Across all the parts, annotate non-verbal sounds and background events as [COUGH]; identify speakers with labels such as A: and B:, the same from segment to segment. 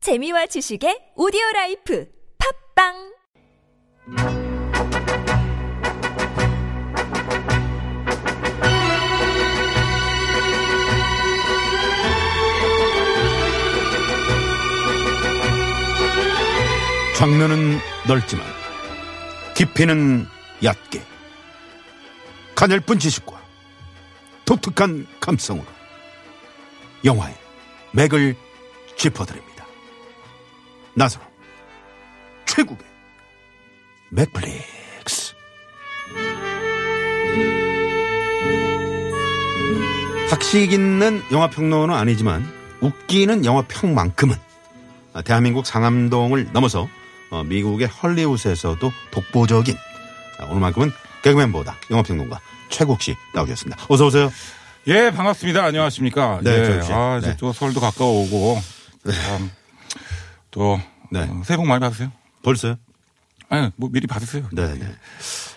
A: 재미와 지식의 오디오 라이프 팝빵
B: 장르는 넓지만 깊이는 얕게 가냘픈 지식과 독특한 감성으로 영화의 맥을 짚어드립니다. 나서로 최국의 맥플릭스 학식 있는 영화평론은 아니지만 웃기는 영화평만큼은 아, 대한민국 상암동을 넘어서 어, 미국의 헐리우드에서도 독보적인 아, 오늘만큼은 개그맨보다 영화평론가 최국 씨 나오셨습니다. 어서 오세요.
C: 예, 반갑습니다. 안녕하십니까.
B: 네,
C: 예.
B: 조혁 씨.
C: 아, 이제
B: 네.
C: 또 서울도 가까워오고. 참, 또,
B: 네.
C: 어, 새해 복 많이 받으세요.
B: 벌써요?
C: 아니, 뭐 미리 받으세요.
B: 네, 네.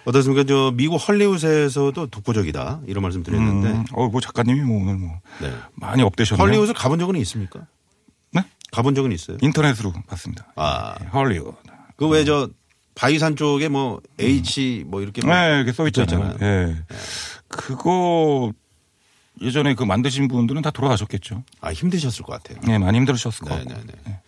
B: 어떻습니까? 저 미국 헐리우드에서도 독보적이다 이런 말씀 드렸는데
C: 음, 어, 뭐 작가님이 뭐 오늘 뭐
B: 네.
C: 많이 업되셨네요.
B: 헐리우드 가본 적은 있습니까?
C: 네? 예.
B: 가본 적은 있어요?
C: 인터넷으로 봤습니다.
B: 아.
C: 예, 헐리우드.
B: 그
C: 음.
B: 왜 저 바위산 쪽에 뭐 H 뭐 이렇게 뭐
C: 네, 이렇게 써 있잖아요.
B: 있잖아요. 네.
C: 예. 그거 예전에 그 만드신 분들은 다 돌아가셨겠죠.
B: 아 힘드셨을 것 같아요.
C: 예, 많이 힘들으셨을 것
B: 네,
C: 같고.
B: 네, 네.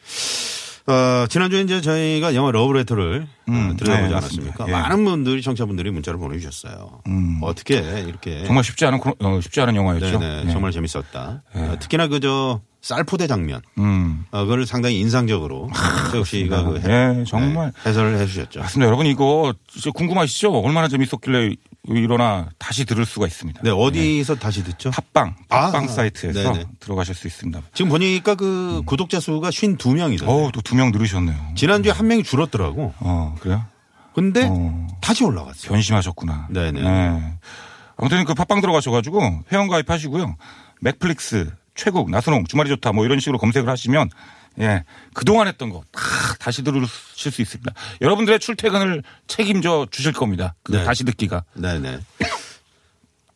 B: 어, 지난주에 이제 저희가 영화 러브레터를
C: 음,
B: 어, 들여다보지
C: 네,
B: 않았습니까?
C: 맞습니다. 예. 음.
B: 많은 분들이 청취자분들이 문자를 보내주셨어요. 어떻게 이렇게
C: 정말 쉽지 않은, 그런- 어, 쉽지 않은
B: 네,
C: 영화였죠.
B: 네,
C: 예.
B: 정말 재밌었다. 어, 특히나 그저 쌀포대 장면
C: 음.
B: 어, 그걸 상당히 인상적으로 최욱 씨가 그
C: 아, 예, 정말.
B: 네, 해설을 해주셨죠.
C: 맞습니다. 여러분 이거 진짜 궁금하시죠? 얼마나 재밌었길래 일어나 다시 들을 수가 있습니다.
B: 네
C: 예.
B: 어디서 다시 듣죠?
C: 팟빵,
B: 아,
C: 팟빵 사이트에서
B: 네네.
C: 들어가실 수 있습니다.
B: 지금 보니까 그 구독자 수가 52명이더라고요.
C: 음. 어우, 또 두 명 늘으셨네요.
B: 지난주에 한 명이 줄었더라고.
C: 어, 그래요?
B: 근데
C: 어.
B: 다시 올라갔어요.
C: 변심하셨구나.
B: 네네.
C: 네. 아무튼 그 팟빵 들어가셔가지고 회원가입 하시고요. 맥플릭스, 최국, 나선홍, 주말이 좋다 뭐 이런 식으로 검색을 하시면 예. 그동안 했던 거 다 다시 들으실 수 있습니다. 여러분들의 출퇴근을 책임져 주실 겁니다. 그
B: 네.
C: 다시 듣기가.
B: 네네.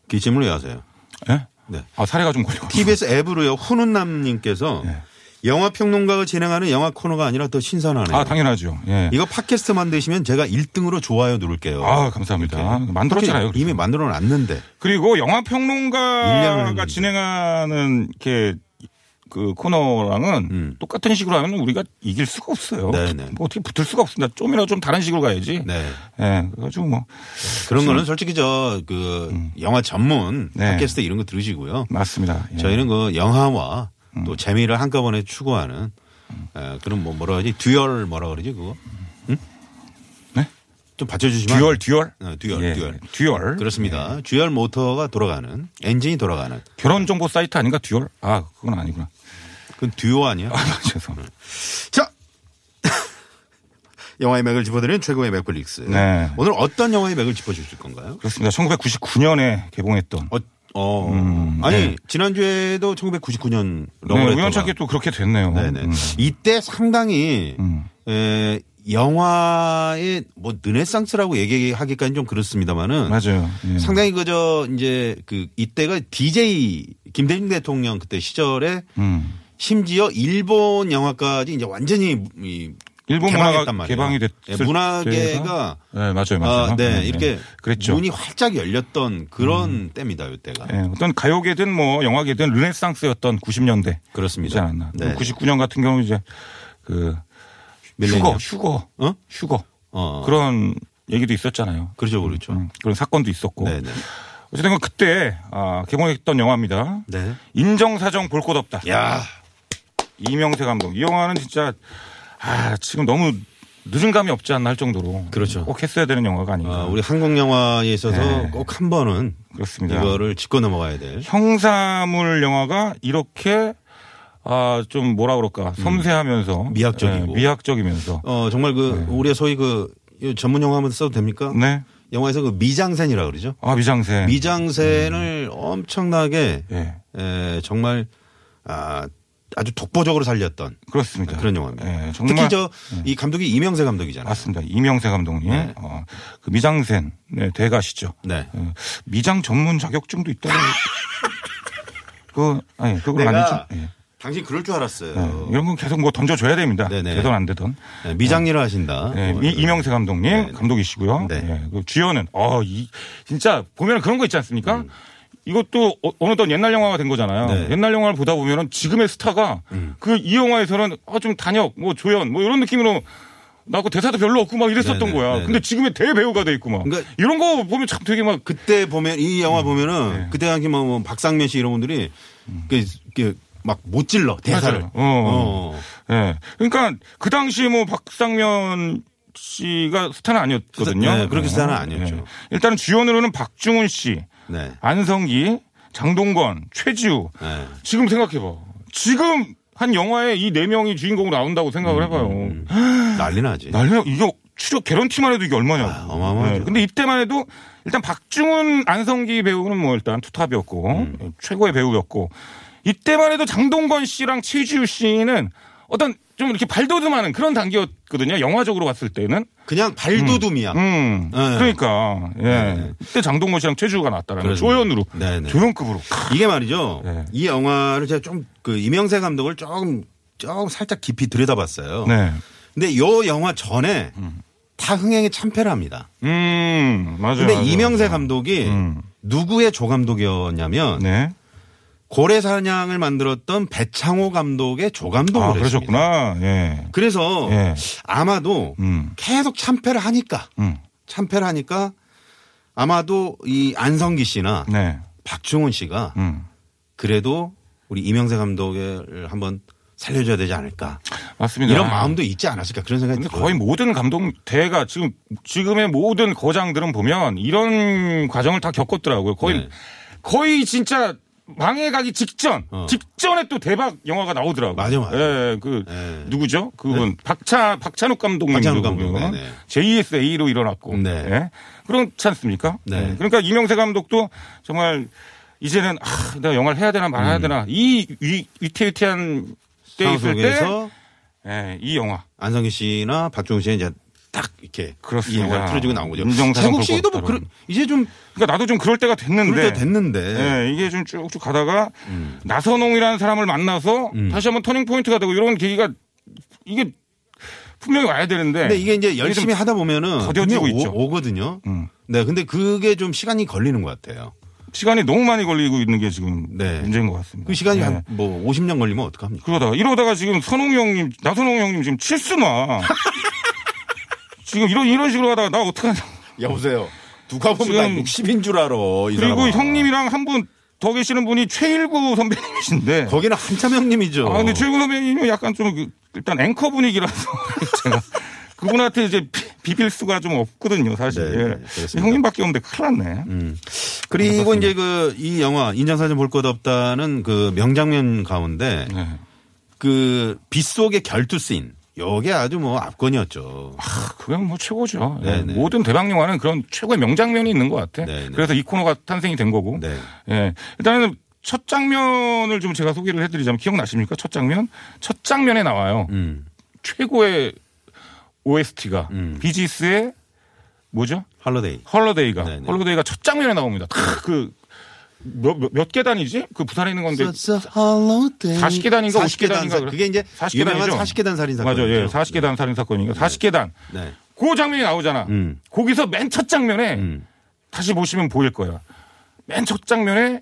B: 기침을 왜 하세요?
C: 예?
B: 네.
C: 아, 사례가 좀 걸려.
B: TBS 앱으로요. 훈훈남님께서
C: 예.
B: 영화 평론가가 진행하는 영화 코너가 아니라 더 신선하네요.
C: 아, 당연하죠. 예.
B: 이거 팟캐스트 만드시면 제가 1등으로 좋아요 누를게요.
C: 아, 감사합니다.
B: 이렇게.
C: 만들었잖아요, 그렇죠. 그래서.
B: 이미 만들어 놨는데.
C: 그리고 영화
B: 일량을 하는
C: 평론가가 음.
B: 거죠.
C: 진행하는 이렇게 그 코너랑은 똑같은 식으로 하면 우리가 이길 수가 없어요.
B: 네네.
C: 뭐 어떻게 붙을 수가 없습니다. 좀이라도 좀 다른 식으로 가야지.
B: 네.
C: 예. 그래가지고 뭐
B: 그런 거는 솔직히 저 그 영화 전문
C: 음. 네.
B: 팟캐스트 이런 거 들으시고요.
C: 맞습니다. 예.
B: 저희는 그 영화와
C: 음.
B: 또 재미를 한꺼번에 추구하는 에, 그런 뭐 뭐라 그러지? 듀얼 뭐라 그러지 그거? 응?
C: 네?
B: 좀 받쳐주시면.
C: 듀얼 네. 듀얼.
B: 어, 듀얼,
C: 예.
B: 듀얼.
C: 듀얼. 네.
B: 그렇습니다. 듀얼 모터가 돌아가는 엔진이 돌아가는
C: 결혼 정보 사이트 아닌가 듀얼? 아 그건 아니구나.
B: 그건 듀오
C: [LAUGHS]
B: 아니야?
C: 아 죄송합니다.
B: 자. [LAUGHS] 영화의 맥을 짚어드리는 최고의 맥플릭스.
C: 네.
B: 오늘 어떤 영화의 맥을 짚어주실 건가요?
C: 그렇습니다. 1999년에 개봉했던.
B: 어, 어. 아니 지난주에도 1999년
C: 음, 네,
B: 러브레터가
C: 우연찮게 또 그렇게 됐네요.
B: 네네.
C: 음.
B: 이때 상당히 에, 영화의 뭐 르네상스라고 얘기하기까지 좀 그렇습니다만은
C: 맞아요. 예.
B: 상당히 그저 이제 그 이때가 DJ 김대중 대통령 그때 시절에
C: 음.
B: 심지어 일본 영화까지 이제 완전히 이
C: 일본 문화가
B: 개방했단 말이에요.
C: 개방이 됐을
B: 예, 문화계가
C: 때가? 네, 맞아요, 맞아요.
B: 아, 네,
C: 네,
B: 이렇게
C: 네. 그랬죠. 음.
B: 문이 활짝 열렸던 그런 때입니다, 이때가.
C: 예, 어떤 가요계든 뭐 영화계든 르네상스였던 90년대
B: 그렇습니다.
C: 지 않았나.
B: 네.
C: 99년 같은 경우 이제 그 휴거,
B: 밀레니엄.
C: 휴거,
B: 어?
C: 휴거
B: 어.
C: 그런 얘기도 있었잖아요.
B: 그렇죠, 그렇죠.
C: 음, 그런 사건도 있었고.
B: 네, 네.
C: 어쨌든 간 그때 아, 개봉했던 영화입니다.
B: 네.
C: 인정사정 볼 것 없다.
B: 야,
C: 이명세 감독. 이 영화는 진짜 아, 지금 너무 늦은 감이 없지 않나 할 정도로
B: 그렇죠.
C: 꼭 했어야 되는 영화가 아닌가.
B: 아, 우리 한국 영화에 있어서
C: 음. 네.
B: 꼭 한 번은
C: 그렇습니다.
B: 이거를 짚고 넘어가야 될.
C: 형사물 영화가 이렇게 아, 좀 뭐라 그럴까 섬세하면서
B: 음. 미학적이고.
C: 예, 미학적이면서
B: 어, 정말 그 우리의 소위 그 전문 영화 한번 써도 됩니까?
C: 네.
B: 영화에서 그 미장센이라 그러죠.
C: 아 미장센.
B: 미장센을 엄청나게
C: 예.
B: 에, 정말 아, 아주 독보적으로 살렸던
C: 그렇습니다.
B: 그런 영화입니다.
C: 예, 정말
B: 특히 저 이 감독이 이명세 감독이잖아요.
C: 맞습니다. 이명세 감독님. 어, 그 미장센 네, 대가시죠.
B: 네.
C: 어,
B: [LAUGHS]
C: 미장 전문 자격증도 있다고. 그 아니 그건
B: 내가
C: 아니죠. 예.
B: 당신 그럴 줄 알았어요.
C: 네, 이런 건 계속 뭐 던져줘야 됩니다.
B: 네네.
C: 되든 안 되든.
B: 네, 미장일을 하신다.
C: 네,
B: 뭐
C: 이-
B: 이런.
C: 이명세 감독님
B: 네.
C: 감독이시고요.
B: 네.
C: 네, 그 주연은 어, 이 진짜 보면 그런 거 있지 않습니까? 이것도 어, 어느덧 옛날 영화가 된 거잖아요.
B: 음. 네. 음.
C: 옛날 영화를 보다 보면은 지금의 스타가 그 이 영화에서는 어, 좀 단역, 뭐 조연, 뭐 이런 느낌으로 나고 그 대사도 별로 없고 막 이랬었던
B: 네네,
C: 거야.
B: 네네.
C: 근데 지금의 대배우가 돼 있고 막
B: 그러니까
C: 이런 거 보면 참 되게 막
B: 그때 보면 이 영화
C: 음.
B: 보면은
C: 예.
B: 그때 당시 뭐, 뭐 박상면 씨 이런 분들이 그, 그막못 질러 대사를.
C: 맞아요. 어. 예. 그러니까 그 당시 뭐 박상면 씨가 스타는 아니었거든요.
B: 스타- 네, 그렇게 스타는
C: 어,
B: 아니었죠.
C: 예. 일단은 주연으로는 박중훈 씨,
B: 네.
C: 안성기, 장동건, 최지우.
B: 네.
C: 지금 생각해봐. 지금 한 영화에 이 네 명이 주인공으로 나온다고 생각을
B: 음,
C: 해봐요. 아,
B: 난리 나지.
C: 날려 이거 출연 개런티만 해도 이게 얼마냐고. 네,
B: 아, 어마어마하죠.
C: 근데 이때만 해도 일단 박중훈, 안성기 배우는 뭐 일단 투탑이었고
B: 음.
C: 최고의 배우였고 이때만 해도 장동건 씨랑 최지우 씨는 어떤 좀 이렇게 발돋움하는 그런 단계였거든요. 영화적으로 봤을 때는.
B: 그냥 발도둠이야.
C: 음.
B: 네.
C: 그러니까 예. 이때 장동건 씨랑 최지우가 나왔다라는 거예요.
B: 그렇습니다.
C: 조연으로
B: 그러니까. 네네.
C: 조연급으로.
B: 이게 말이죠.
C: 네.
B: 이 영화를 제가 좀 그 이명세 감독을 조금 조금 살짝 깊이 들여다봤어요.
C: 네.
B: 근데 요 영화 전에 다 흥행에 참패를 합니다.
C: 음 맞아요.
B: 근데
C: 맞아요. 음.
B: 이명세 감독이 누구의 조감독이었냐면
C: 네.
B: 고래사냥을 만들었던 배창호 감독의 조감독을
C: 아
B: 했습니다.
C: 그러셨구나. 예.
B: 그래서
C: 예.
B: 아마도
C: 음.
B: 계속 참패를 하니까
C: 음.
B: 참패를 하니까 아마도 이 안성기 씨나
C: 네.
B: 박중훈 씨가
C: 음.
B: 그래도 우리 이명세 감독을 한번 살려줘야 되지 않을까
C: 맞습니다.
B: 이런 마음도 있지 않았을까 그런 생각이
C: 근데
B: 들어요.
C: 그러니까. 음, 거의 모든 감독 대가 지금 지금의 모든 거장들은 보면 이런 과정을 다 겪었더라고요. 거의
B: 네.
C: 거의 진짜 망해가기 직전
B: 어.
C: 직전에 또 대박 영화가 나오더라고요.
B: 맞아, 맞아.
C: 예, 그
B: 네.
C: 누구죠? 그분 박차 박찬욱 감독님
B: 박찬욱
C: 누구고요?
B: 감독, 네네.
C: JSA로 일어났고
B: 네.
C: 예? 그렇지 않습니까?
B: 네.
C: 예. 그러니까 이명세 감독도 정말 이제는 아, 내가 영화를 해야 되나
B: 음.
C: 말아야 되나 이 위, 위태위태한 때 있을 때
B: 상황에서
C: 예, 이 영화
B: 안성기 씨나 박중훈 씨는 이제 딱 이렇게
C: 그렇습니다.
B: 이 영화를 틀어주고 나온 거죠.
C: 인정사정
B: 세국 씨도 뭐
C: 걸고 네.
B: 그런 이제 좀
C: 그러니까 나도 좀 그럴 때가 됐는데.
B: 그럴 때 됐는데 음.
C: 예, 이게 좀 쭉쭉 가다가 나선홍이라는 사람을 만나서 다시 한번 터닝 포인트가 되고 이런 계기가 이게 분명히 와야 되는데.
B: 근데 이게 이제
C: 좀
B: 열심히 하다 보면은
C: 더뎌지고
B: 분명히
C: 있죠.
B: 오, 거든요
C: 음.
B: 네, 근데 그게 좀 시간이 걸리는 것 같아요.
C: 시간이 너무 많이 걸리고 있는 게 지금
B: 네.
C: 문제인 것 같습니다.
B: 그 시간이
C: 예.
B: 한 뭐 50년 걸리면 어떡합니까?
C: 그러다가 이러다가 지금 선홍 형님, 나선홍 형님 지금 칠수나 지금 이런 이런 식으로 하다가 나 어떡하냐.
B: 여보세요. 누가
C: 보면 나그 지금-
B: 60인 줄 알아. 이
C: 그리고 형님이랑 한 분 더 계시는 분이 최일구 선배님이신데
B: 거기는 한참 형님이죠.
C: 아, 근데 최고 선배님은 약간 좀 그- 일단 앵커 분위기라서 [LAUGHS] 제가 그분한테 이제 비- 비빌 수가 좀 없거든요, 사실.
B: 네, 네,
C: 예.
B: 그렇습니다. 음.
C: 형님밖에 없는데 큰일 났네.
B: 그리고 이제 그 이 영화 인장사진 볼 것 없다는 그 명장면 가운데
C: 네.
B: 그 빗속의 결투 씬. 요게 아주 뭐 압권이었죠.
C: 크, 그건 뭐 최고죠. 예.
B: 네, 네.
C: 모든 대박 영화는 그런 최고의 명장면이 있는 것 같아.
B: 네, 네.
C: 그래서 이 코너가 탄생이 된 거고.
B: 네.
C: 예. 일단은 첫 장면을 좀 제가 소개를 해드리자면 기억나십니까? 첫 장면? 첫 장면에 나와요.
B: 음.
C: 최고의 OST가 비지스의 뭐죠?
B: 할러데이.
C: 헐러데이가
B: 네네.
C: 헐러데이가 첫 장면에 나옵니다. 그몇 몇, 몇 계단이지? 그 부산에 있는 건데
B: 할러데이.
C: 40계단인가 50계단인가
B: 그게 이제
C: 40
B: 유명한
C: 계단이죠?
B: 40계단 살인 사건.
C: 맞아요. 예. 40계단 살인 사건이니까 40계단.
B: 네.
C: 그 장면이 나오잖아.
B: 음.
C: 거기서 맨 첫 장면에
B: 음.
C: 다시 보시면 보일 거야. 맨 첫 장면에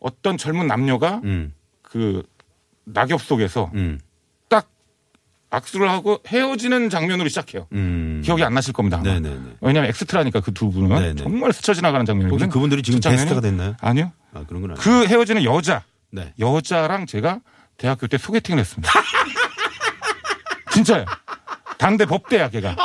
C: 어떤 젊은 남녀가
B: 음.
C: 그 낙엽 속에서
B: 음.
C: 딱 악수를 하고 헤어지는 장면으로 시작해요.
B: 음.
C: 기억이 안 나실 겁니다. 아마.
B: 네네네.
C: 왜냐하면 엑스트라니까 그 두 분은
B: 네네.
C: 정말 스쳐 지나가는 장면이거든요.
B: 혹시 그분들이 지금
C: 첫 장면이-
B: 게스트가 됐나요?
C: 아니요.
B: 아, 그런 건 아니에요.
C: 그 헤어지는 여자
B: 네.
C: 여자랑 제가 대학교 때 소개팅을 했습니다. [LAUGHS] 진짜요. 단대 법대야 걔가.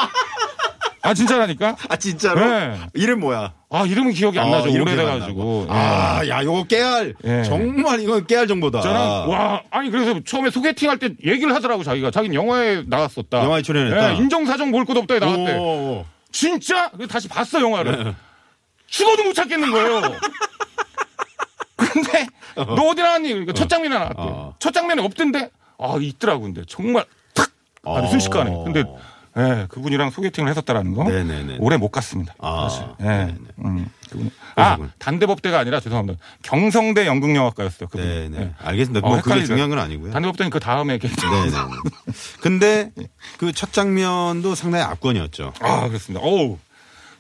C: 아 진짜라니까.
B: 아, 진짜로?
C: 네.
B: 이름 뭐야?
C: 아 이름은 기억이 안
B: 아,
C: 나죠.
B: 이름
C: 오래돼가지고.
B: 기억 안 나고. 아, 야, 요거 깨알.
C: 예.
B: 정말 이건 깨알 정보다.
C: 저는 뭐 와 아니 그래서 처음에 소개팅할 때 얘기를 하더라고 자기가 자기는 영화에 나왔었다.
B: 영화에 출연했다.
C: 예, 인정사정 볼 것도 없다에 나왔대.
B: 오.
C: 진짜? 그래서 다시 봤어 영화를.
B: 네.
C: 죽어도 못 찾겠는
B: [LAUGHS]
C: 거예요. 근데 너 어디 나왔니? 그러니까 첫 장면에 나왔대.
B: 어.
C: 첫 장면에 없던데. 아 있더라고 근데 정말 탁. 아주
B: 어.
C: 순식간에. 근데 예, 그분이랑 소개팅을 했었다라는 거.
B: 네네네.
C: 오래 못 갔습니다.
B: 아,
C: 사실. 예.
B: 네네.
C: 음, 그분. 아,
B: 그러시군요.
C: 단대법대가 아니라 죄송합니다. 경성대 연극영화과였어요. 그분.
B: 네, 네.
C: 예.
B: 알겠습니다.
C: 어,
B: 뭐 그게
C: 헷갈리죠.
B: 중요한 건 아니고요.
C: 단대법대는 그 다음에
B: [LAUGHS]
C: 이렇게.
B: 네, 네. 근데 그 첫 장면도 상당히 압권이었죠.
C: 아, 그렇습니다. 어우.
B: 그-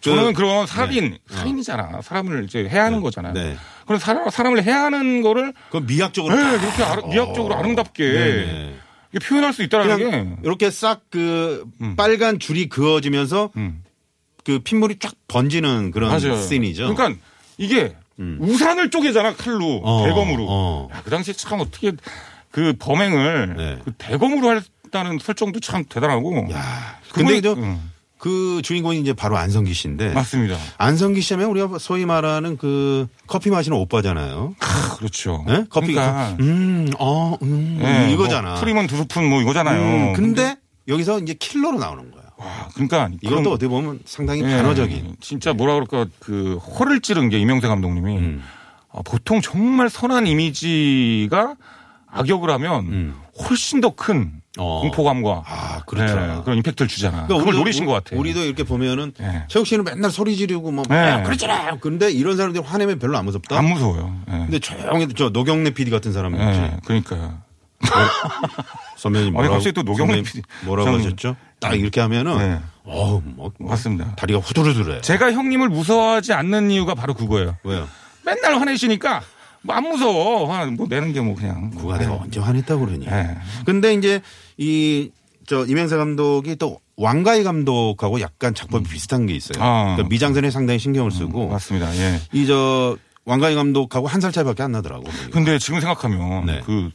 C: 저는 그런 살인, 살인이잖아. 사람을 이제 해야 하는 거잖아요.
B: 네.
C: 그런 사람, 사람을 해야 하는 거를
B: 그건 미학적으로
C: 네,
B: 딱
C: 이렇게 아름- 미학적으로 아름답게
B: 어. 네네.
C: 이게 표현할 수 있다라는
B: 그냥 음,
C: 게
B: 이렇게 싹 그 빨간 줄이 그어지면서
C: 음.
B: 그 핏물이 쫙 번지는 그런
C: 맞아요.
B: 씬이죠. 음.
C: 그러니까 이게 우산을 쪼개잖아 칼로
B: 어,
C: 대검으로.
B: 어.
C: 야, 그 당시에 참 어떻게 그 범행을
B: 네.
C: 그 대검으로 했다는 설정도 참 대단하고.
B: 야,
C: 그분이-
B: 근데 저, 네.
C: 음,
B: 그 주인공이 이제 바로 안성기 씨인데
C: 맞습니다.
B: 안성기 씨면 우리가 소위 말하는 그 커피 마시는 오빠잖아요.
C: 아, 그렇죠.
B: 네? 커피
C: 그러니까
B: 음, 어, 음,
C: 예,
B: 이거잖아.
C: 뭐 프리먼 두 스푼 뭐 이거잖아요.
B: 음, 근데 여기서 이제 킬러로 나오는 거야.
C: 와, 그러니까
B: 이것도
C: 그런-
B: 어떻게 보면 상당히
C: 예,
B: 반어적인.
C: 진짜 뭐라 그럴까 그 허를 찌른 게 이명세 감독님이
B: 음.
C: 아, 보통 정말 선한 이미지가 악역을 하면 훨씬 더 큰
B: 음. 어.
C: 공포감과
B: 아, 그렇더라.
C: 예, 그런 임팩트를 주잖아.
B: 그러니까
C: 그걸
B: 우리도-
C: 노리신 것 같아.
B: 우리도 이렇게 보면은
C: 예.
B: 최욱 씨는 맨날 소리 지르고 뭐
C: 예.
B: 야, 그렇잖아요. 근데 이런 사람들 화내면 별로 안 무섭다.
C: 안 무서워요. 예.
B: 근데 조용히 저 노경래 PD 같은 사람은
C: 예,
B: 있지.
C: 그러니까
B: 선배님
C: 아니,
B: 뭐라고
C: 갑자기 또 노경래
B: 선배님
C: PD
B: 뭐라고
C: 저는-
B: 하셨죠? 딱 이렇게 하면은
C: 네.
B: 어우 뭐, 뭐
C: 맞습니다.
B: 다리가 후두르두래.
C: 제가 형님을 무서워하지 않는 이유가 바로 그거예요.
B: 왜요?
C: 맨날 화내시니까 뭐 안 무서워. 화, 뭐 내는 게 뭐 그냥
B: 누가 내가 언제 화냈다고 그러니.
C: 예.
B: 근데 이제 이 저 이명세 감독이 또 왕가희 감독하고 약간 작법이 비슷한 게 있어요.
C: 음. 아.
B: 그러니까 미장센에 상당히 신경을 쓰고
C: 맞습니다. 예.
B: 이 저 왕가희 감독하고 한 살 차이밖에 안 나더라고.
C: 예. 근데 지금 생각하면
B: 네.
C: 그,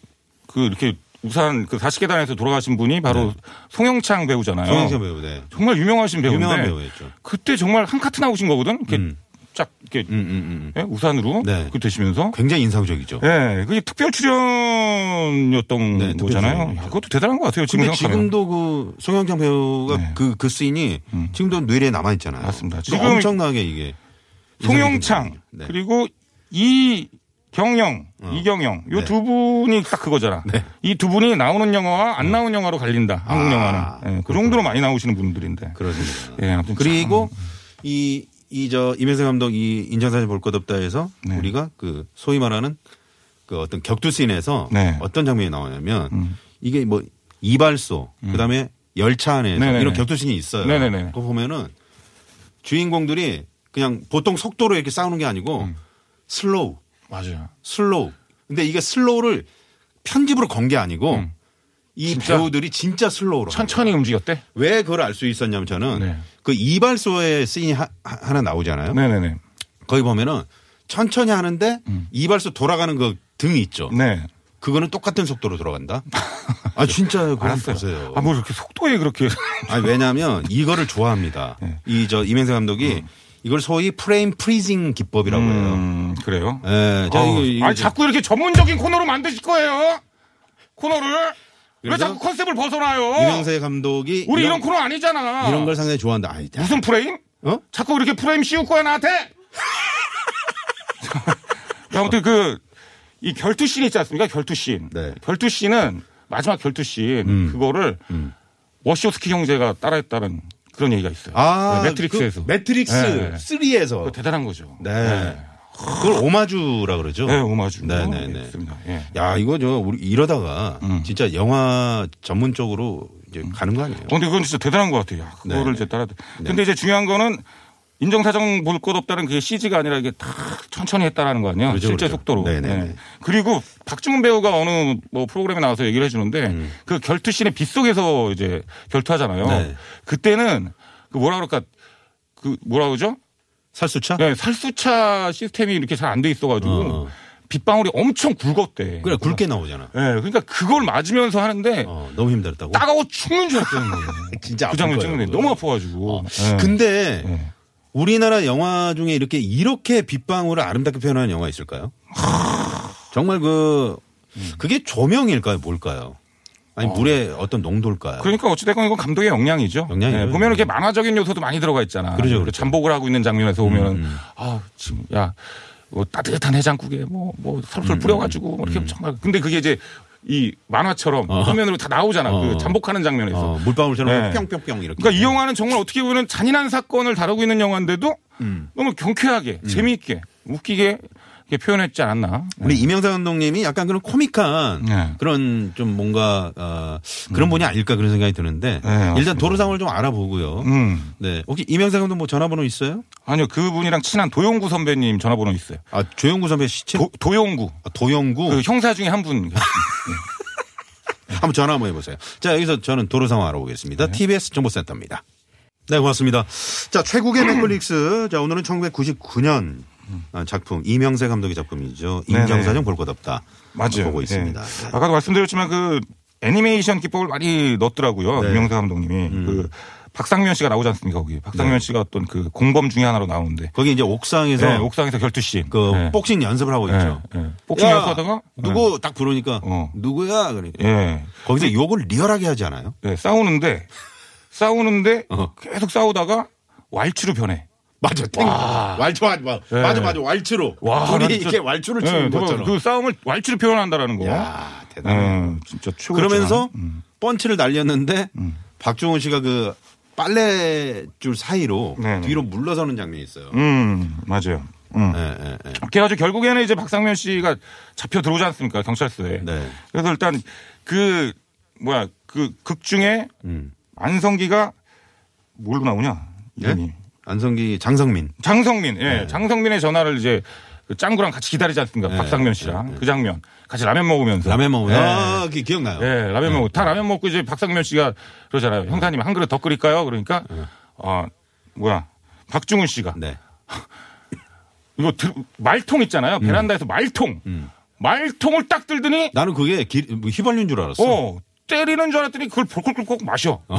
C: 그 이렇게 우산 그 40계단에서 돌아가신 분이 바로 송영창 배우잖아요.
B: 정영세 네. 배우, 네.
C: 정말 유명하신 배우인데 음,
B: 유명한 배우였죠.
C: 그때 정말 한 카트 나오신 거거든. 이렇게 쫙 이렇게
B: 음, 음, 음.
C: 예? 우산으로
B: 네.
C: 그 되시면서
B: 굉장히 인상적이죠.
C: 예, 그게 특별 출연이었던
B: 네, 특별
C: 거잖아요.
B: 출연이죠.
C: 야, 그것도 대단한 것 같아요. 지금
B: 근데
C: 생각하면.
B: 지금도 그 송영장 배우가
C: 네.
B: 그, 그 씬이 지금도 뇌리에 남아있잖아요.
C: 맞습니다.
B: 지금
C: 지금
B: 엄청나게 이게.
C: 송영창
B: 인상이 네.
C: 그리고 이 경영, 이경영
B: 네.
C: 요 두 분이 딱 그거잖아. 이 두 분이 나오는 영화와 안 나오는 영화로 갈린다. 한국
B: 음. 아,
C: 영화는 예, 그 정도로 많이 나오시는 분들인데.
B: 그렇습니다.
C: 예, 아무튼
B: 그리고 이, 이 저 이명세 감독 이 인정사진 볼 것 없다 해서
C: 네.
B: 우리가 그 소위 말하는 그 어떤 격투씬에서
C: 네. 음.
B: 어떤 장면이 나오냐면 이게 뭐 이발소 그다음에 열차 안에서
C: 네네네.
B: 이런 격투씬이 있어요.
C: 네네네.
B: 그거 보면은 주인공들이 그냥 보통 속도로 이렇게 싸우는 게 아니고
C: 음.
B: 슬로우
C: 맞아요.
B: 슬로우. 근데 이게 슬로우를 편집으로 건 게 아니고 이
C: 음. 진짜?
B: 배우들이 진짜 슬로우로. 하는
C: 천천히 움직였대.
B: 거예요. 왜 그걸 알 수 있었냐면 저는
C: 네.
B: 그 이발소의 씬이 하, 나 나오잖아요.
C: 네네네.
B: 거기 보면은 천천히 하는데 이발소 돌아가는 그 등이 있죠.
C: 음. 네.
B: 그거는 똑같은 속도로
C: [LAUGHS]
B: 돌아간다. 아 진짜요. 그거 한번 보세요.
C: 아, 뭐 이렇게
B: [LAUGHS]
C: 속도에 그렇게.
B: 아니 왜냐하면 이거를 좋아합니다.
C: 네.
B: 이 저 이명세 감독이 이걸 소위 프레임 프리징 기법이라고 해요.
C: 음, 그래요?
B: 예, 제가 이거-
C: 아우,
B: 이거
C: 아니,
B: 좀-
C: 자꾸 이렇게 전문적인 코너로 만드실 거예요? 코너를? 왜
B: 그래서
C: 자꾸 컨셉을 벗어나요?
B: 이명세 감독이
C: 우리
B: 이런-
C: 이런, 코너 아니잖아.
B: 이런 걸 상당히 좋아한다. 아이, 야.
C: 무슨 프레임?
B: 어?
C: 자꾸 이렇게 프레임 씌울
B: [LAUGHS]
C: 거야 나한테? 아무튼 그 이 결투씬 있지 않습니까? 결투씬.
B: 네. 음.
C: 결투씬은 마지막 결투씬 그거를 워시오스키 형제가 따라했다는 그런 얘기가 있어요.
B: 아,
C: 네, 매트릭스에서.
B: 그 매트릭스
C: 네, 네.
B: 3에서.
C: 그거 대단한 거죠.
B: 네. 그걸 오마주라 그러죠.
C: 네, 오마주.
B: 네네네.
C: 있습니다. 예.
B: 야, 이거 저 우리 이러다가
C: 음.
B: 진짜 영화 전문 쪽으로 이제 가는 거 아니에요?
C: 어, 근데 그건 진짜 대단한 것 같아요. 야,
B: 네.
C: 그거를 이제 따라. 근데 이제 중요한 거는 인정사정 볼 것 없다는 그게 CG가 아니라 이게 다 천천히 했다라는 거 아니에요.
B: 그렇죠,
C: 실제
B: 그렇죠.
C: 속도로.
B: 네네네.
C: 그리고 박중훈 배우가 어느 뭐 프로그램에 나와서 얘기를 해주는데 그 결투씬의 빗속에서 이제 결투하잖아요.
B: 음. 네.
C: 그때는 그 뭐라 그럴까 그 뭐라 그러죠?
B: 살수차?
C: 네, 살수차 시스템이 이렇게 잘 안 돼 있어가지고
B: 어.
C: 빗방울이 엄청 굵었대.
B: 그래, 굵게 나오잖아.
C: 네, 그러니까 그걸 맞으면서 하는데
B: 어, 너무 힘들었다고.
C: 따가워 죽는 줄 알았다는 거예요.
B: 진짜
C: 그
B: 아픈
C: 장면
B: 거예요,
C: 찍는데
B: 그거.
C: 너무 아파가지고. 예.
B: 근데
C: 네.
B: 우리나라 영화 중에 이렇게 이렇게 빗방울을 아름답게 표현하는 영화 있을까요? 정말 그
C: 음.
B: 그게 조명일까요? 뭘까요? 아니 물의 어떤 농도일까요?
C: 그러니까 어찌됐건 이건 감독의 역량이죠. 네,
B: 역량이에요. 음.
C: 보면 이렇게 만화적인 요소도 많이 들어가 있잖아.
B: 그러죠, 음,
C: 이렇게
B: 그렇죠.
C: 잠복을 하고 있는 장면에서 보면은 아 지금
B: 음,
C: 야. 뭐 따뜻한 해장국에 뭐 뭐 설솔 뿌려가지고 뭐 이렇게 정말 근데 그게 이제 이 만화처럼
B: 어.
C: 화면으로 다 나오잖아.
B: 어.
C: 그 잠복하는 장면에서.
B: 어, 물방울처럼
C: 네.
B: 뿅뿅뿅 이렇게.
C: 그러니까 이 영화는 정말 어떻게 보면 잔인한 사건을 다루고 있는 영화인데도
B: 음.
C: 너무 경쾌하게 재미있게 웃기게 이렇게 표현했지 않았나.
B: 우리 이명상 감독님이 약간 그런 코믹한
C: 네. 음.
B: 그런 좀 뭔가 어, 그런 분이 아닐까 그런 생각이 드는데
C: 네, 맞습니다.
B: 일단 도로 상황을 좀 알아보고요.
C: 음.
B: 네, 혹시 이명상 감독 뭐 전화번호 있어요?
C: 아니요 그분이랑 친한 도용구 선배님 전화번호 있어요.
B: 아 조영구 선배 시체
C: 도, 도용구
B: 아, 도영구
C: 그 형사 중에
B: [LAUGHS]
C: 한 분.
B: 한번 전화 한번 해보세요. 자 여기서 저는 도로 상황 알아보겠습니다.
C: 네.
B: TBS 정보센터입니다. 네 고맙습니다. 자 최국의
C: [CLEARS THROAT]
B: 맥플릭스 자 오늘은 1999년 어, 작품 이명세 감독의 작품이죠.
C: 네네.
B: 인정사정 볼 것 없다.
C: 맞아요.
B: 보고
C: 예.
B: 있습니다. 네.
C: 아까도 말씀드렸지만 그 애니메이션 기법을 많이 넣었더라고요.
B: 네.
C: 유명세 감독님이 그 박상면 씨가 나오지 않습니까 거기. 박상면
B: 네.
C: 씨가 어떤 그 공범 중에 하나로 나오는데
B: 거기 이제 옥상에서
C: 네, 옥상에서 결투 씬.
B: 그
C: 네.
B: 복싱 연습을 하고 있죠.
C: 예, 예. 복싱
B: 야,
C: 연습하다가
B: 누구 딱 부르니까
C: 어.
B: 누구야 그러니까
C: 예.
B: 거기서 욕을 리얼하게 하지 않아요?
C: 예, 싸우는데 싸우는데
B: 어.
C: 계속 싸우다가 왈츠로 변해.
B: 맞아, 땡. 왈츠 맞아,
C: 예.
B: 맞아, 맞아, 왈츠로.
C: 나는
B: 둘이
C: 진짜-
B: 이렇게 왈츠를
C: 예,
B: 치는
C: 누가
B: 것처럼.
C: 그 싸움을 왈츠로 표현한다라는 거.
B: 야 대단해.
C: 예, 진짜 최고.
B: 그러면서
C: 음.
B: 펀치를 날렸는데 박종훈 씨가 그 빨래 줄 사이로
C: 네네.
B: 뒤로 물러서는 장면이 있어요.
C: 음 맞아요. 음.
B: 예, 예, 예.
C: 그래가지고 결국에는 이제 박상면 씨가 잡혀 들어오지 않습니까 경찰서에.
B: 네.
C: 그래서 일단 그 뭐야 그 극 중에
B: 음.
C: 안성기가 뭘로 나오냐 이름이
B: 예? 안성기, 장성민.
C: 장성민. 예,
B: 네.
C: 장성민의 전화를 이제 그 짱구랑 같이 기다리지 않습니까 박상면 씨랑 그 장면 같이 라면 먹으면서.
B: 네, 라면 먹으면
C: 예.
B: 아, 기, 기억나요?
C: 예, 라면 먹고 다 라면 먹고 이제 박상면 씨가 그러잖아요. 형사님 한 그릇 더 끓일까요? 그러니까 어 뭐야 박중훈 씨가
B: 네.
C: 이거 들- 말통
B: 음.
C: 있잖아요. 베란다에서 말통 말통을 딱 들더니
B: 나는 그게 기, 뭐 휘발유인 줄 알았어.
C: 어 때리는 줄 알았더니 그걸 벌컥벌컥
B: [LAUGHS]
C: 마셔.
B: 어.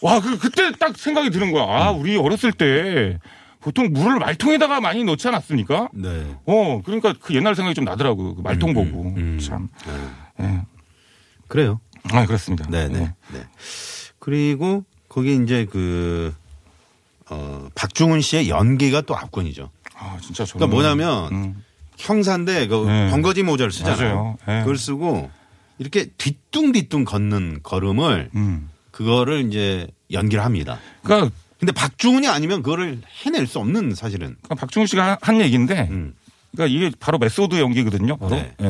C: 와 그 그때 딱 생각이 드는 거야. 아
B: 음.
C: 우리 어렸을 때 보통 물을 말통에다가 많이 넣지 않았습니까?
B: 네.
C: 어 그러니까 그 옛날 생각이 좀 나더라고 그 말통
B: 음,
C: 보고 참.
B: 그래요.
C: 아 그렇습니다.
B: 네네.
C: 예.
B: 네. 그리고 거기 이제 그, 어, 박중훈 씨의 연기가 또 압권이죠.
C: 아 진짜 저는
B: 그러니까 뭐냐면
C: 음.
B: 형사인데 그
C: 네.
B: 번거지 모자를 쓰잖아요.
C: 맞아요. 네.
B: 그걸 쓰고 이렇게 뒤뚱뒤뚱 걷는 걸음을
C: 음.
B: 그거를 이제 연기를 합니다.
C: 그러니까
B: 근데 박중훈이 아니면 그거를 해낼 수 없는 사실은.
C: 그러니까 박중훈 씨가 한- 한 얘기인데,
B: 음.
C: 그러니까 이게 바로 메소드 연기거든요. 바로.
B: 네. 음.
C: 예.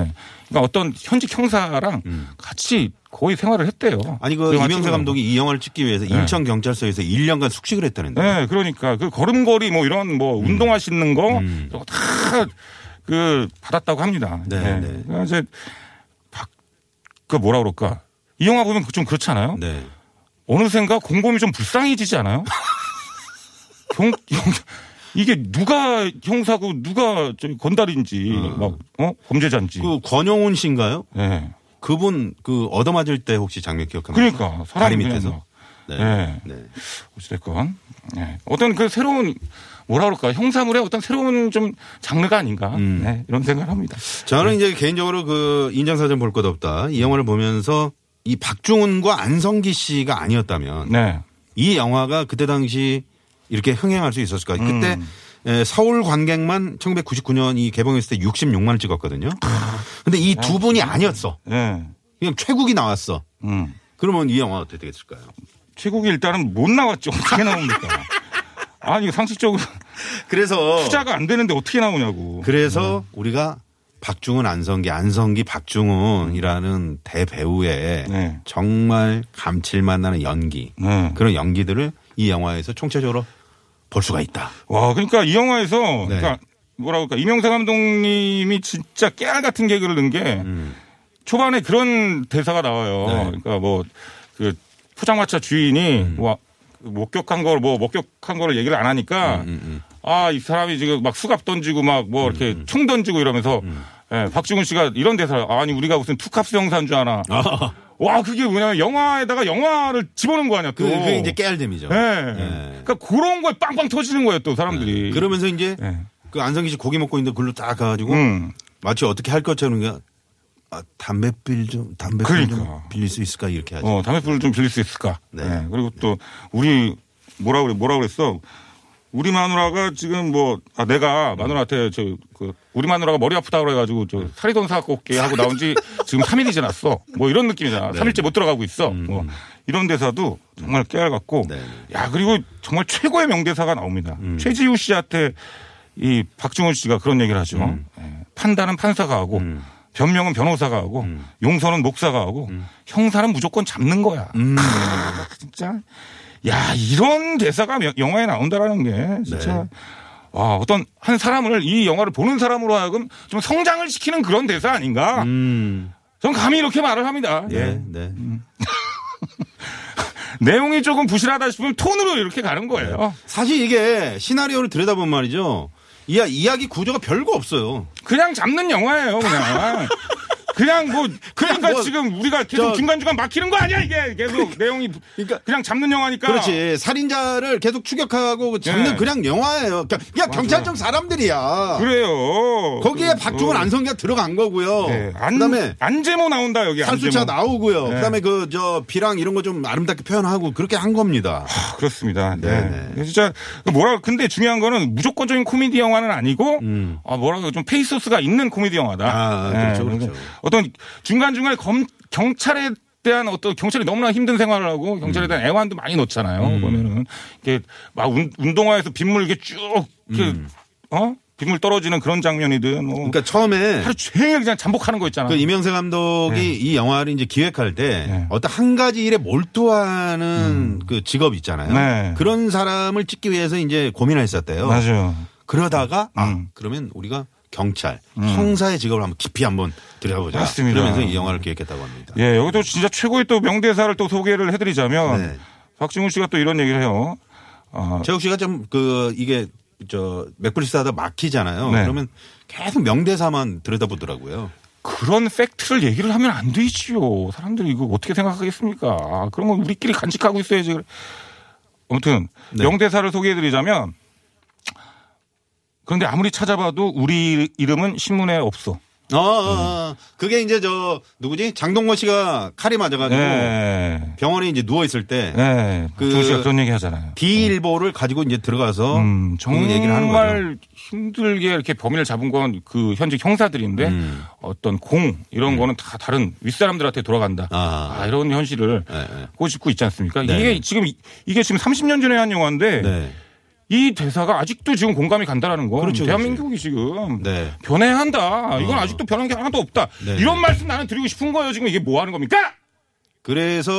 C: 그러니까 어떤 현직 형사랑 같이 거의 생활을 했대요.
B: 아니 그
C: 그동안
B: 이명세
C: 찍으려고.
B: 감독이 이 영화를 찍기 위해서 인천 경찰서에서 1년간 숙식을 했다는데.
C: 네, 그러니까 그 걸음걸이 뭐 이런 뭐 운동화 신는 거 다 그 받았다고 합니다.
B: 음. 네,
C: 예.
B: 네.
C: 그러니까 이제 박그 뭐라 그럴까? 이 영화 보면 좀 그렇지 않아요?
B: 네.
C: 어느샌가 공범이 좀 불쌍해지지 않아요? [LAUGHS] 경, 경- 이게 누가 형사고 누가 저기 건달인지 막 어? 범죄자인지.
B: 음. 그 권영훈 씨인가요?
C: 예.
B: 그분 그 얻어맞을 때 혹시 장면 기억합니까?
C: 그러니까
B: 다리
C: 사람이
B: 밑에서. 네.
C: 네.
B: 네.
C: 어찌됐건 예. 어떤 그 새로운 뭐라 그럴까 형사물의 어떤 새로운 좀 장르가 아닌가
B: 음.
C: 네, 이런 생각을 합니다.
B: 저는 이제 개인적으로 그 인장사전 볼 것 없다. 이 영화를 보면서 이 박중훈과 안성기 씨가 아니었다면
C: 네.
B: 이 영화가 그때 당시 이렇게 흥행할 수 있었을까. 그때
C: 음.
B: 에, 서울 관객만 1999년이 개봉했을 때 66만을 찍었거든요. 근데 이 두 분이 아니었어.
C: 예.
B: 그냥 최국이 나왔어.
C: 음.
B: 그러면 이 영화 어떻게 되겠을까요?
C: 최국이 일단은 못 나왔죠. 어떻게 나옵니까?
B: [LAUGHS]
C: 아니 상식적으로
B: 그래서
C: 투자가 안 되는데 어떻게 나오냐고.
B: 어. 그래서 우리가 박중훈 안성기 안성기 박중훈이라는 대배우의
C: 네.
B: 정말 감칠맛 나는 연기
C: 네.
B: 그런 연기들을 이 영화에서 총체적으로 볼 수가 있다.
C: 와, 그러니까 이 영화에서
B: 네.
C: 그러니까 뭐라 그럴까 이명세 감독님이 진짜 깨알 같은 개그를 넣은 게
B: 음.
C: 초반에 그런 대사가 나와요.
B: 네.
C: 그러니까 뭐 그 포장마차 주인이
B: 음.
C: 뭐 목격한 걸 뭐 목격한 거를 얘기를 안
B: 음,
C: 하니까 아 이 사람이 지금 막 수갑 던지고 막 뭐 이렇게
B: 음,
C: 총 던지고 이러면서 예, 박중훈 씨가 이런 대사를 아니 우리가 무슨 투캅스 형사인 줄 아나. 와 그게 뭐냐면 영화에다가 영화를 집어넣은 거 아니야 또.
B: 그, 그게 이제 깨알됨이죠.
C: 예.
B: 예.
C: 그러니까 그런 거에 빵빵 터지는 거예요 또 사람들이.
B: 네. 그러면서 뭐 이제
C: 예.
B: 그 안성기 씨 고기 먹고 있는데 글로 딱 가가지고
C: 음.
B: 마치 어떻게 할 것처럼 그냥 아, 담배 빌좀 담배 빌좀
C: 그러니까.
B: 빌릴 수 있을까 이렇게 하죠.
C: 어, 담뱃불을 좀 빌릴 수 있을까? 예.
B: 네.
C: 네. 그리고 또 우리 뭐라 그래 뭐라 그랬어? 우리 마누라가 지금 뭐, 아, 내가 마누라한테 저, 그, 우리 마누라가 머리 아프다 그래가지고 저 사리돈 사갖고 올게 하고 나온 지 지금 3일이 지났어. 뭐 이런 느낌이잖아. 3일째 못 들어가고 있어. 뭐 이런 데서도 정말 깨알같고.
B: 네.
C: 야, 그리고 정말 최고의 명대사가 나옵니다. 최지우 씨한테 이 박중훈 씨가 그런 얘기를 하죠. 예, 판단은 판사가 하고 변명은 변호사가 하고 용서는 목사가 하고 형사는 무조건 잡는 거야. 크, [LAUGHS] 진짜. 야, 이런 대사가 명- 영화에 나온다라는 게 진짜
B: 네.
C: 와, 어떤 한 사람을 이 영화를 보는 사람으로 하여금 좀 성장을 시키는 그런 대사 아닌가?
B: 음.
C: 전 감히 이렇게 말을 합니다.
B: 네. 네.
C: 내용이 조금 부실하다 싶으면 톤으로 이렇게 가는
B: 네.
C: 거예요.
B: 사실 이게 시나리오를 들여다보면 말이죠. 이야 이야기 구조가 별거 없어요.
C: 그냥 잡는 영화예요,
B: [LAUGHS]
C: 그냥. 그냥 뭐 그러니까
B: 뭐
C: 지금 우리가 계속
B: 저-
C: 중간 중간 막히는 거 아니야 이게 계속 내용이
B: 그러니까-
C: 그냥 잡는 영화니까
B: 그렇지. 살인자를 계속 추격하고 잡는
C: 네.
B: 그냥 영화예요. 그러니까 그냥, 그냥 경찰청 사람들이야.
C: 그래요
B: 거기에
C: 그,
B: 박중훈
C: 어.
B: 안성기가 들어간 거고요.
C: 네. 안,
B: 그다음에
C: 안재모 나온다 여기
B: 살수차
C: 안재모
B: 나오고요.
C: 네.
B: 그다음에 그 저 비랑 이런 거 좀 아름답게 표현하고 그렇게 한 겁니다.
C: 아, 그렇습니다. 네.
B: 네네.
C: 진짜 그 뭐라 근데 중요한 거는 무조건적인 코미디 영화는 아니고 아, 뭐라고 좀 페이소스가 있는 코미디 영화다.
B: 음. 아, 그렇죠, 그렇죠.
C: 그러니까 어떤 중간 중간에 검, 경찰에 대한 어떤 경찰이 너무나 힘든 생활을 하고
B: 음.
C: 경찰에 대한 애환도 많이 넣잖아요. 보면은 이게 막 운, 운동화에서 빗물 이게 쭉 이렇게 어 빗물 떨어지는 그런 장면이든 뭐
B: 음. 그러니까 처음에
C: 하루 종일 그냥 잠복하는 거 있잖아.
B: 그 이명세 감독이 이 영화를 이제 기획할 때
C: 네. 음.
B: 어떤 한 가지 일에 몰두하는 그 직업 있잖아요.
C: 네.
B: 그런 사람을 찍기 위해서 이제 고민을 했었대요.
C: 맞아요.
B: 그러다가 아
C: 음.
B: 그러면 우리가 경찰, 형사의 직업을 한번 깊이 한번 들여다보자.
C: 맞습니다.
B: 그러면서 이 영화를 기획했다고 합니다.
C: 예, 여기도 진짜 최고의 또 명대사를 또 소개를 해드리자면
B: 네.
C: 박중훈 씨가 또 이런 얘기를 해요. 아,
B: 최욱 씨가 좀 그 이게 저 맥블리스 하다 막히잖아요.
C: 네.
B: 그러면 계속 명대사만 들여다보더라고요.
C: 그런 팩트를 얘기를 하면 안 되지요. 사람들이 이거 어떻게 생각하겠습니까? 아, 그런 건 우리끼리 간직하고 있어야지. 그래. 아무튼
B: 네.
C: 명대사를 소개해드리자면 그런데 아무리 찾아봐도 우리 이름은 신문에 없어.
B: 어, 어,
C: 음.
B: 어. 그게 이제 저 누구지 장동건 씨가 칼이 맞아가지고
C: 네.
B: 병원에 이제 누워 있을 때
C: 네.
B: 그-
C: 박중훈 씨가 그런 얘기 하잖아요.
B: 비일보를 가지고 이제 들어가서
C: 음,
B: 그런 얘기를 하는 거죠.
C: 정말 힘들게 이렇게 범인을 잡은 건 그 현직 형사들인데
B: 음. 네.
C: 어떤 공 이런 거는 다 다른 윗사람들한테 돌아간다.
B: 아.
C: 아, 이런 현실을
B: 네, 네.
C: 꼬집고 있지 않습니까?
B: 네.
C: 이게 지금 이- 이게 지금 30년 전에 한 영화인데
B: 네.
C: 이 대사가 아직도 지금 공감이 간다라는 거.
B: 그렇죠,
C: 대한민국이 지금
B: 네. 어.
C: 변해야 한다. 이건 아직도 변한 게 하나도 없다.
B: 네.
C: 이런 말씀 나는 드리고 싶은 거예요. 지금 이게 뭐 하는 겁니까?
B: 그래서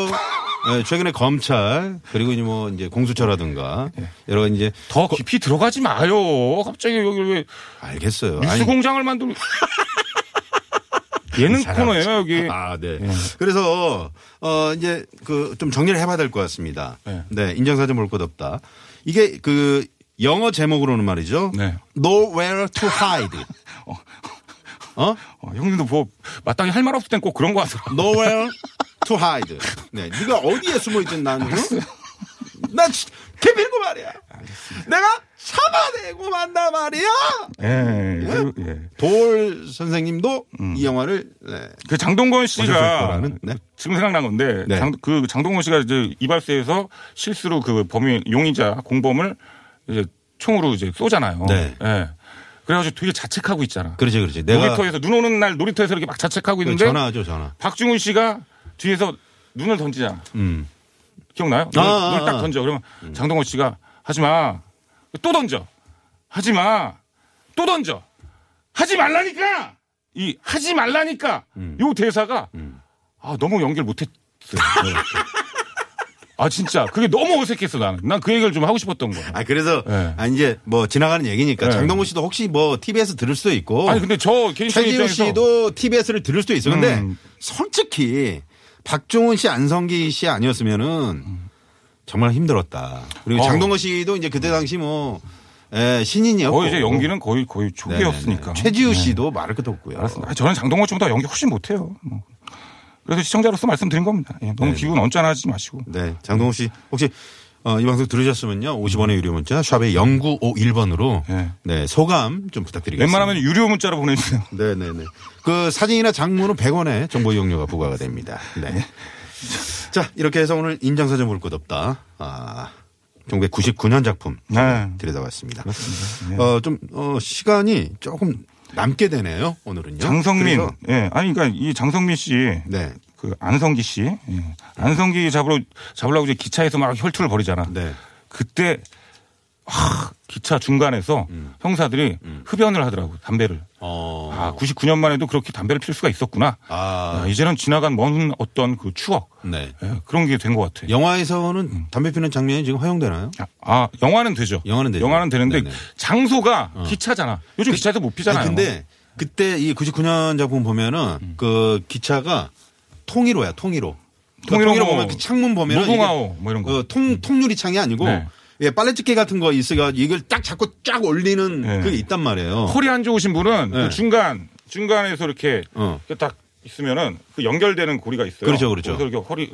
B: 예, 최근에 검찰 그리고 이제 뭐 이제 공수처라든가 여러 가지 이제
C: 더 깊이 들어가지 마요. 갑자기 여기 왜
B: 알겠어요.
C: 뉴스
B: 그 아니,
C: 공장을 만들고
B: [LAUGHS]
C: 예능 코너예요 여기.
B: 아, 네. 그래서 어 이제 그 좀 정리를 해봐야 될 것 같습니다. 네,
C: 네.
B: 인정사정 볼 것 없다. 이게 그 영어 제목으로는 말이죠.
C: 네.
B: Nowhere to
C: [LAUGHS]
B: hide. 어?
C: 어, 형님도 뭐 마땅히 할 말 없을 땐 꼭 그런 거 하더라.
B: Nowhere to hide. 네, 네가 어디에 숨어 있든 난. 응? 난 지- 개밀고 말이야. 내가 잡아내고 만다 말이야.
C: 예. 그리고, 예.
B: 돌 선생님도 이 영화를 네.
C: 그 장동건
B: 어쩔 수
C: 씨가
B: 없더라는, 네.
C: 지금 생각난 건데
B: 네.
C: 장, 그 장동건 씨가 이제 이발소에서 실수로 그 범인 용의자 공범을 이제 총으로 이제 쏘잖아요.
B: 네.
C: 예. 그래가지고 되게 자책하고 있잖아.
B: 그렇지 그렇지. 내가
C: 놀이터에서 눈 오는 날 놀이터에서 이렇게 막 자책하고
B: 그
C: 있는데
B: 전화하죠 전화.
C: 박중훈 씨가 뒤에서 눈을 던지잖아.
B: 음.
C: 기억나요?
B: 아,
C: 눈을,
B: 아,
C: 눈을 딱
B: 아.
C: 던져. 그러면 장동건 씨가 하지 마. 또 던져. 하지 마. 또 던져. 하지 말라니까. 이 하지 말라니까.
B: 음.
C: 요 대사가 아 너무 연결 못했어요.
B: 네.
C: 아 진짜 그게 너무 어색했어 나는. 난 그 얘기를 좀 하고 싶었던 거야.
B: 아 그래서
C: 네.
B: 아 이제 뭐 지나가는 얘기니까
C: 네.
B: 장동건 씨도 혹시 뭐 TBS 들을 수도 있고
C: 아니 근데 저 개인적인
B: 어. 최지우
C: 입장에서
B: 씨도 TBS를 들을 수도 있어. 근데
C: 음.
B: 솔직히 박종훈 씨, 안성기 씨 아니었으면은 정말 힘들었다. 그리고
C: 어.
B: 장동건 씨도 이제 그때 당시 뭐 예, 신인이었고
C: 거의 이제 연기는 거의 거의
B: 네네네.
C: 초기였으니까.
B: 최지우 씨도 말을 끝 없고요.
C: 알았습니다. 아니, 저는 장동건 씨보다 연기 훨씬 못해요. 뭐. 그래서 시청자로서 말씀드린 겁니다. 예, 너무 기분 언짢아하지 마시고.
B: 네, 장동훈 씨 혹시 어, 이 방송 들으셨으면요. 50원의 유료 문자 샵에 0951번으로
C: 네.
B: 네, 소감 좀 부탁드리겠습니다.
C: 웬만하면 유료 문자로 보내주세요.
B: 네, 네, 네. 그 사진이나 장문은 100원의 정보 이용료가 부과가 됩니다. 네. 자, 이렇게 해서 오늘 인장사정 볼 것 없다. 아, 1999년 작품
C: 네.
B: 들여다봤습니다.
C: 네.
B: 어, 좀, 어, 시간이 조금 남게 되네요, 오늘은요.
C: 장성민.
B: 그래서,
C: 예. 아니 그러니까 이 장성민 씨.
B: 네.
C: 그 안성기 씨. 예. 안성기 잡으러 잡으려고 이제 기차에서 막 혈투를 벌이잖아.
B: 네.
C: 그때 하, 기차 중간에서
B: 음.
C: 형사들이 흡연을 하더라고 담배를.
B: 어,
C: 아, 99년만 해도 그렇게 담배를 필 수가 있었구나.
B: 아.
C: 야, 이제는 지나간 먼 어떤 그 추억.
B: 네.
C: 예, 그런 게 된 것 같아요.
B: 영화에서는 담배 피는 장면이 지금 허용되나요?
C: 아, 영화는 되죠.
B: 영화는 되죠.
C: 는데
B: 네네. 어. 그-
C: 장소가 기차잖아. 요즘 기차에서 못 피잖아요. 음.
B: 아니, 근데 그때 이 99년 작품 보면은 그 기차가 통일호야, 통일호.
C: 통일호
B: 통일호
C: 뭐
B: 보면 그 창문 보면은 이게
C: 무궁화호 뭐 이런 거.
B: 어, 통 통유리 창이 아니고
C: 네.
B: 예, 빨래집게 같은 거 있어가 이걸 딱 잡고 쫙 올리는
C: 네.
B: 그게 있단 말이에요.
C: 허리 안 좋으신 분은
B: 네.
C: 그 중간 중간에서 이렇게
B: 어.
C: 이렇게 딱 있으면은 그 연결되는 고리가 있어요.
B: 그렇죠, 그렇죠.
C: 거기서 이렇게 허리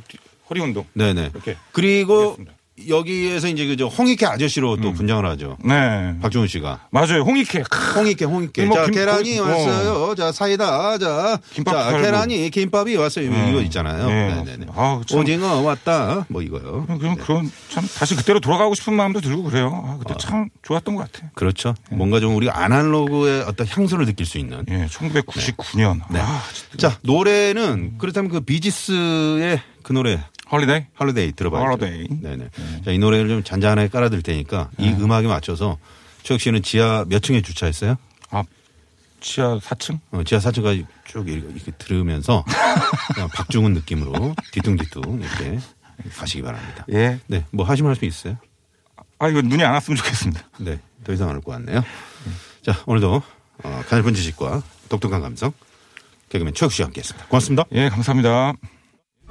C: 허리 운동.
B: 네네.
C: 이렇게.
B: 그리고
C: 알겠습니다. 음.
B: 여기에서 이제 그저 홍익회 아저씨로 또 분장을 하죠.
C: 네.
B: 박준훈 씨가.
C: 맞아요. 홍익회. 크,
B: 홍익회, 홍익회.
C: 뭐
B: 자,
C: 김-
B: 계란이
C: 어.
B: 왔어요. 자, 사이다. 자,
C: 김밥
B: 자
C: 팔고.
B: 계란이, 김밥이 왔어요.
C: 네.
B: 이거 있잖아요.
C: 네.
B: 네네네.
C: 아우, 참.
B: 오징어 왔다. 뭐 이거요.
C: 그냥 그런 참 다시 그때로 돌아가고 싶은 마음도 들고 그래요. 아,
B: 어.
C: 그때 참 좋았던 것 같아요.
B: 그렇죠. 뭔가 좀 우리가 아날로그의 어떤 향수를 느낄 수 있는.
C: 예, 1999년.
B: 네.
C: 아,
B: 자, 노래는 그렇다면 그 비지스의 그 노래
C: 헐리데이.
B: 할리데이 들어봐야죠.
C: Holiday. 네.
B: 네네. 자, 이 노래를 좀 잔잔하게 깔아드릴 테니까 이 음악에 맞춰서 최혁 씨는 지하 몇 층에 주차했어요?
C: 아, 지하 4층?
B: 어, 지하 4층까지 쭉 이렇게, 이렇게
C: [LAUGHS]
B: 들으면서 그냥 박중훈 느낌으로 뒤뚱뒤뚱 이렇게 가시기 바랍니다.
C: 예.
B: 네. 뭐 하실 말씀 있어요?
C: 아, 이거 눈이 안 왔으면 좋겠습니다.
B: 네. 더 이상 안 올 것 같네요. 자, 오늘도 어, 가늘픈 지식과 독특한 감성 개그맨 최혁 씨와 함께했습니다. 고맙습니다.
C: 예, 감사합니다.